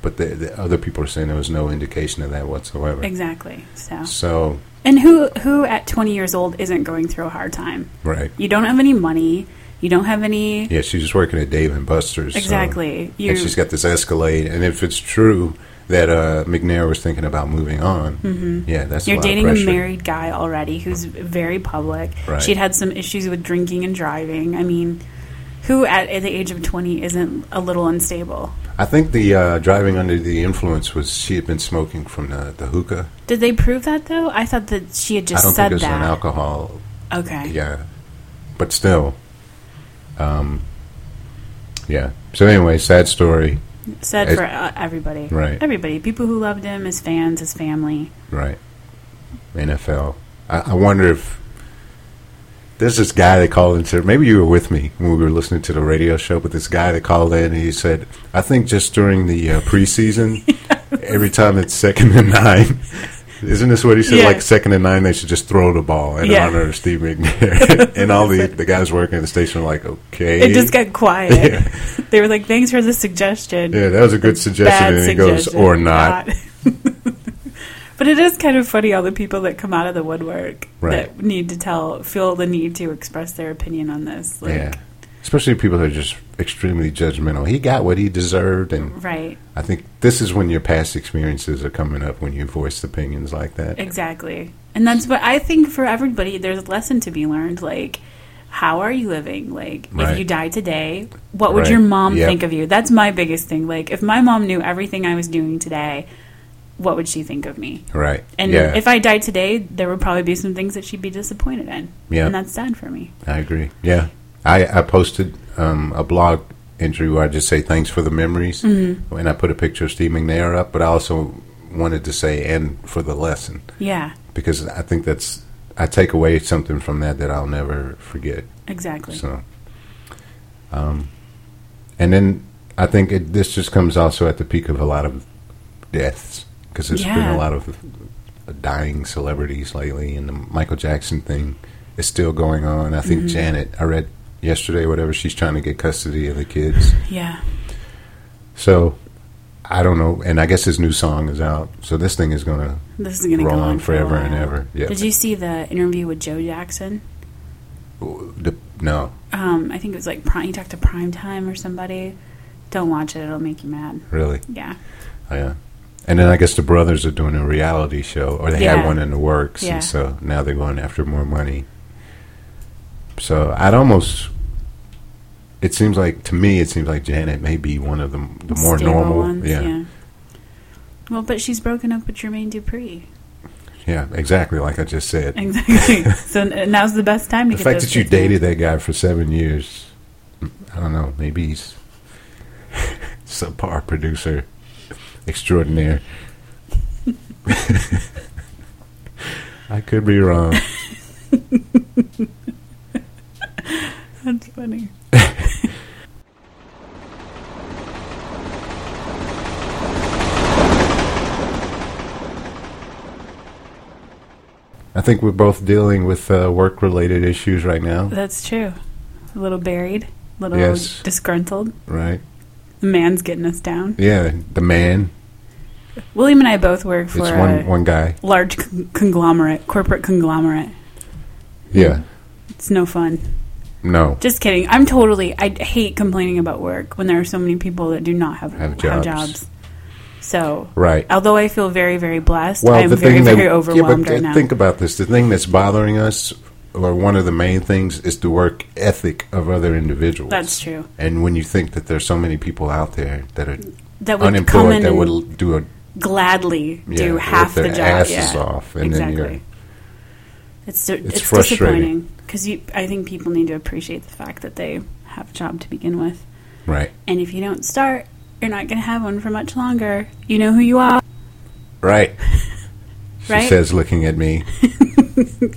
but the, the other people are saying there was no indication of that whatsoever. exactly so So, and who who at 20 years old isn't going through a hard time right. you don't have any money you don't have any Yeah, she was working at Dave and Buster's. so- exactly you and she's got this Escalade. And if it's true that uh, McNair was thinking about moving on, yeah, that's Mm-hmm. a You're lot of dating a pressure. married guy already who's very public. Right. She'd had some issues with drinking and driving. I mean, who at the age of 20 isn't a little unstable? I think the uh, driving under the influence was she had been smoking from the, the hookah. Did they prove that though? I thought that she had I just don't said think it was an that. alcohol. okay. Yeah, but still, um, yeah. So anyway, sad story, Said It- for uh, everybody. Right. Everybody. People who loved him, his fans, his family. right? NFL. I, I wonder if. There's this guy that called into. Maybe you were with me when we were listening to the radio show, but this guy that called in, he said, "I think just during the uh, preseason, every time it's second and nine, isn't this what he said? Yeah. Like second and nine, they should just throw the ball in Yeah. honor of Steve McNair." and all the the guys working at the station were like, "Okay." It just got quiet. Yeah. They were like, thanks for the suggestion. yeah, that was a good suggestion. Bad And he goes, suggestion. "Or not." but it is kind of funny all the people that come out of the woodwork Right. that need to tell, feel the need to express their opinion on this. Like, yeah, especially people who are just extremely judgmental. He got what he deserved, and Right, I think this is when your past experiences are coming up when you voiced opinions like that. exactly. And that's what I think for everybody, there's a lesson to be learned. Like, how are you living? Like, Right. if you die today, what would Right. your mom Yep. think of you? That's my biggest thing. Like, if my mom knew everything I was doing today, what would she think of me? Right. And yeah, if I died today, there would probably be some things that she'd be disappointed in. Yeah. And that's sad for me. I agree. Yeah. I, I posted um, a blog entry where I just say thanks for the memories, mm-hmm. and I put a picture of Steve McNair up, but I also wanted to say and for the lesson Yeah, because I think that's I take away something from that that I'll never forget. exactly. So, um, and then I think it, this just comes also at the peak of a lot of deaths because there's been Yeah. a lot of uh, dying celebrities lately, and the Michael Jackson thing is still going on. I think Janet, I read yesterday, whatever, she's trying to get custody of the kids. Yeah, So, I don't know. And I guess his new song is out, so this thing is going to this is gonna roll go on for a forever and while. ever. Yeah. Did you see the interview with Joe Jackson? The- no, Um, I think it was like Prime, he talked to Primetime or somebody. Don't watch it; it'll make you mad. really. Yeah, Oh, Yeah. And then I guess the brothers are doing a reality show, or they Yeah. had one in the works, Yeah. and so now they're going after more money. So I'd almost. It seems like to me, it seems like Janet may be one of the the more Stable normal, ones, yeah, yeah, yeah. Well, but she's broken up with Jermaine Dupri. exactly like I just said. Exactly. so n- now's the best time to get the fact those that you kids back. dated that guy for seven years, I don't know, maybe he's subpar producer extraordinaire. I could be wrong. That's funny. I think we're both dealing with uh, work related issues right now, That's true. A little buried, a little Yes. disgruntled. right? The man's getting us down. Yeah, the man. William and I both work for it's a one one guy. large con- conglomerate, corporate conglomerate. Yeah. It's no fun. No. Just kidding. I'm totally. I d- hate complaining about work when there are so many people that do not have Have Have jobs. jobs. So, Right. although I feel very, very blessed, Well, I'm the very, thing that very overwhelmed yeah, but uh, right now. think about this. The thing that's bothering us, or one of the main things, is the work ethic of other individuals. That's true. And when you think that there's so many people out there that are That would come unemployed in that and would l- do a gladly yeah, do work half the their job. asses yeah. off, and exactly. then you're It's so- it's, frustrating. disappointing because you. I think people need to appreciate the fact that they have a job to begin with, right, and if you don't start, you're not going to have one for much longer. You know who you are, right. She right? says, looking at me,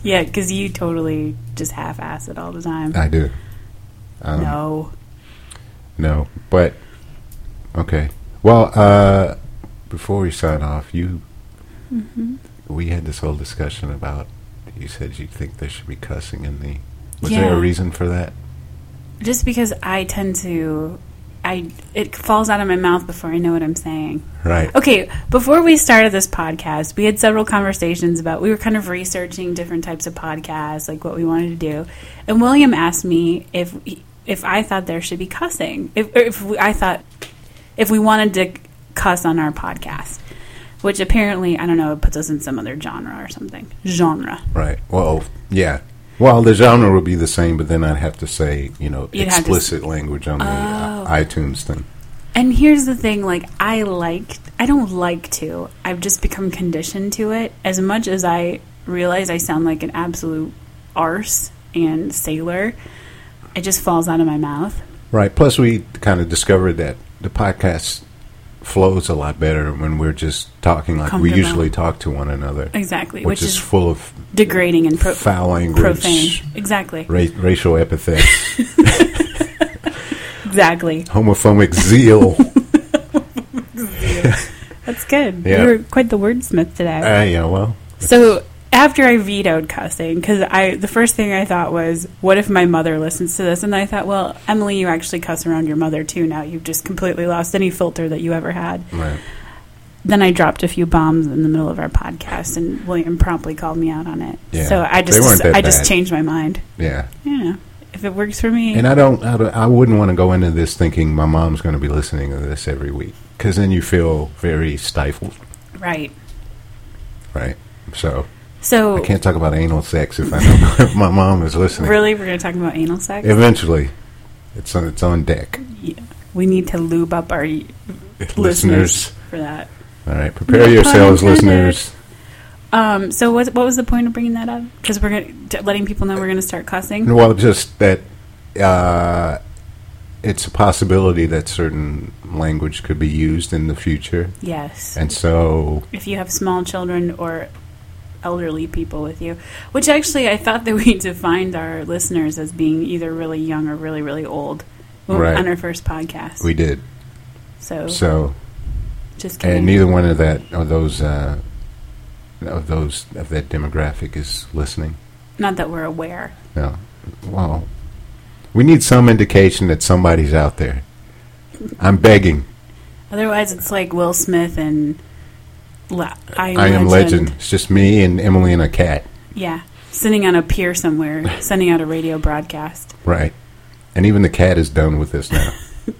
yeah, because you totally just half-ass it all the time. I do. Um, no, No, but okay. Well, uh, before we sign off, you Mm-hmm. we had this whole discussion about. You said you think there should be cussing in the. Was there Yeah. a reason for that? just because I tend to, I it falls out of my mouth before I know what I'm saying. Right. Okay, before we started this podcast, we had several conversations about we were kind of researching different types of podcasts, like what we wanted to do. And William asked me if if I thought there should be cussing, if or if we, I thought if we wanted to cuss on our podcast, which apparently I don't know it puts us in some other genre or something genre. Right. Well, yeah. Well, the genre would be the same, but then I'd have to say, you know, You'd have to Oh. s- explicit language on the uh, iTunes thing. And here's the thing, like I like I don't like to. I've just become conditioned to it. As much as I realize I sound like an absolute arse and sailor, it just falls out of my mouth. Right. Plus, we kind of discovered that the podcast flows a lot better when we're just talking like we Comfortable. usually talk to one another, Exactly. which, Which, is, is full of degrading and pro- foul language, profane. Exactly. ra- racial epithets, Exactly. homophobic zeal. That's good. Yeah. You were quite the wordsmith today. Uh, yeah, well, So after I vetoed cussing, because I the first thing I thought was, what if my mother listens to this? And I thought, well, Emily, you actually cuss around your mother too. Now you've just completely lost any filter that you ever had. right. Then I dropped a few bombs in the middle of our podcast, and William promptly called me out on it. Yeah. So I They weren't just that I just bad. changed my mind. yeah. Yeah, if it works for me, And I don't, I don't, I wouldn't want to go into this thinking my mom's going to be listening to this every week because then you feel very stifled, right. right? So I So can't talk about anal sex if I know if my mom is listening. really, we're going to talk about anal sex. Eventually, it's on its own deck. we need to lube up our y- Listeners, for that. all right, prepare No pun yourselves, intended. listeners. Um, so what, what was the point of bringing that up? Because we're gonna, t- letting people know we're going to start cussing. Well, just that uh, it's a possibility that certain language could be used in the future, Yes. and so if you have small children or elderly people with you, which actually I thought that we defined our listeners as being either really young or really really old when- Right. on our first podcast. we did. so, So just kidding. and neither one of that of those uh, of those of that demographic is listening. Not that we're aware. No, well, we need some indication that somebody's out there. I'm begging. Otherwise, it's like Will Smith and La- I, Am I am legend. It's just me and Emily and a cat, Yeah, sitting on a pier somewhere, sending out a radio broadcast. right? And even the cat is done with this now.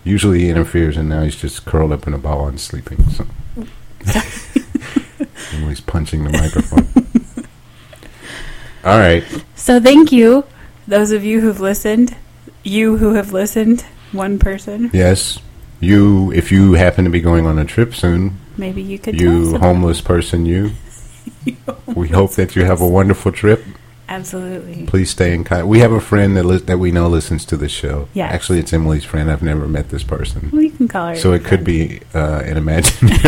Usually he interferes, and now he's just curled up in a ball and sleeping. So. Emily's punching the microphone. All right. So thank you, those of you who've listened. You who have listened, one person. Yes. You, if you happen to be going on a trip soon, Maybe you could tell us you about- homeless person, you. We hope that you have a wonderful trip. Absolutely. Please stay in contact. We have a friend that li- that we know listens to this show. Yes. actually, it's Emily's friend. I've never met this person, Well, you can call her. so it could be uh, an imaginary.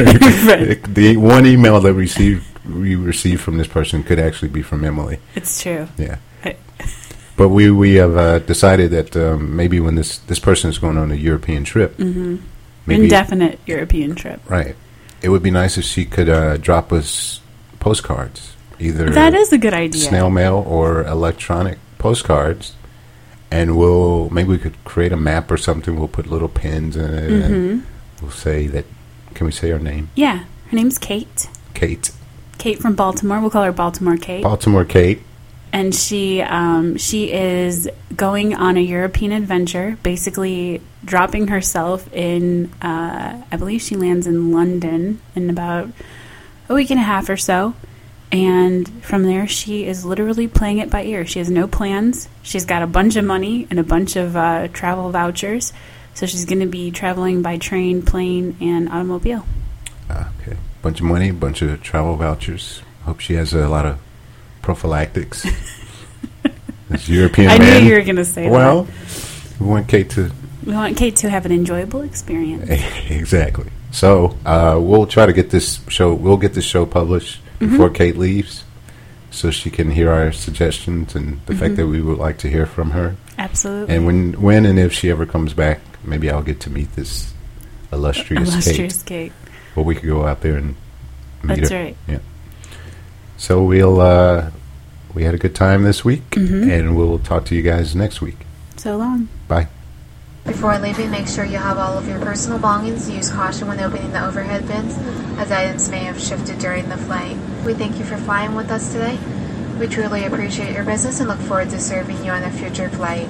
Right. the one email that we received we received from this person could actually be from Emily. It's true. Yeah. Right. But we, we have uh, decided that um, maybe when this, this person is going on a European trip, hmm maybe Indefinite European trip. right, it would be nice if she could uh, drop us postcards, either That is a good idea. snail mail or electronic postcards, and we'll maybe we could create a map or something. We'll put little pins in it, and hmm we'll say that. Can we say our name, Yeah. Her name's Kate. Kate? Kate from Baltimore. We'll call her Baltimore Kate. Baltimore Kate. and she um, she is going on a European adventure, basically dropping herself in. Uh, I believe she lands in London in about a week and a half or so, and from there she is literally playing it by ear. She has no plans. She's got a bunch of money and a bunch of uh, travel vouchers, so she's going to be traveling by train, plane, and automobile. Ah, okay, bunch of money, bunch of travel vouchers. Hope she has a lot of prophylactics. this European I man. knew you were going to say well, we want Kate to that. We want Kate to have an enjoyable experience. exactly. So uh, we'll try to get this show. We'll get this show published Mm-hmm. before Kate leaves, so she can hear our suggestions and the Mm-hmm. fact that we would like to hear from her. Absolutely. And when, when, and if she ever comes back, maybe I'll get to meet this illustrious, Kate. Illustrious Kate. Well, we could go out there and meet That's her. right. So we'll uh, we had a good time this week, Mhm. and we'll talk to you guys next week. So long. Bye. Before leaving, make sure you have all of your personal belongings. Use caution when opening the overhead bins, as items may have shifted during the flight. We thank you for flying with us today. We truly appreciate your business and look forward to serving you on a future flight.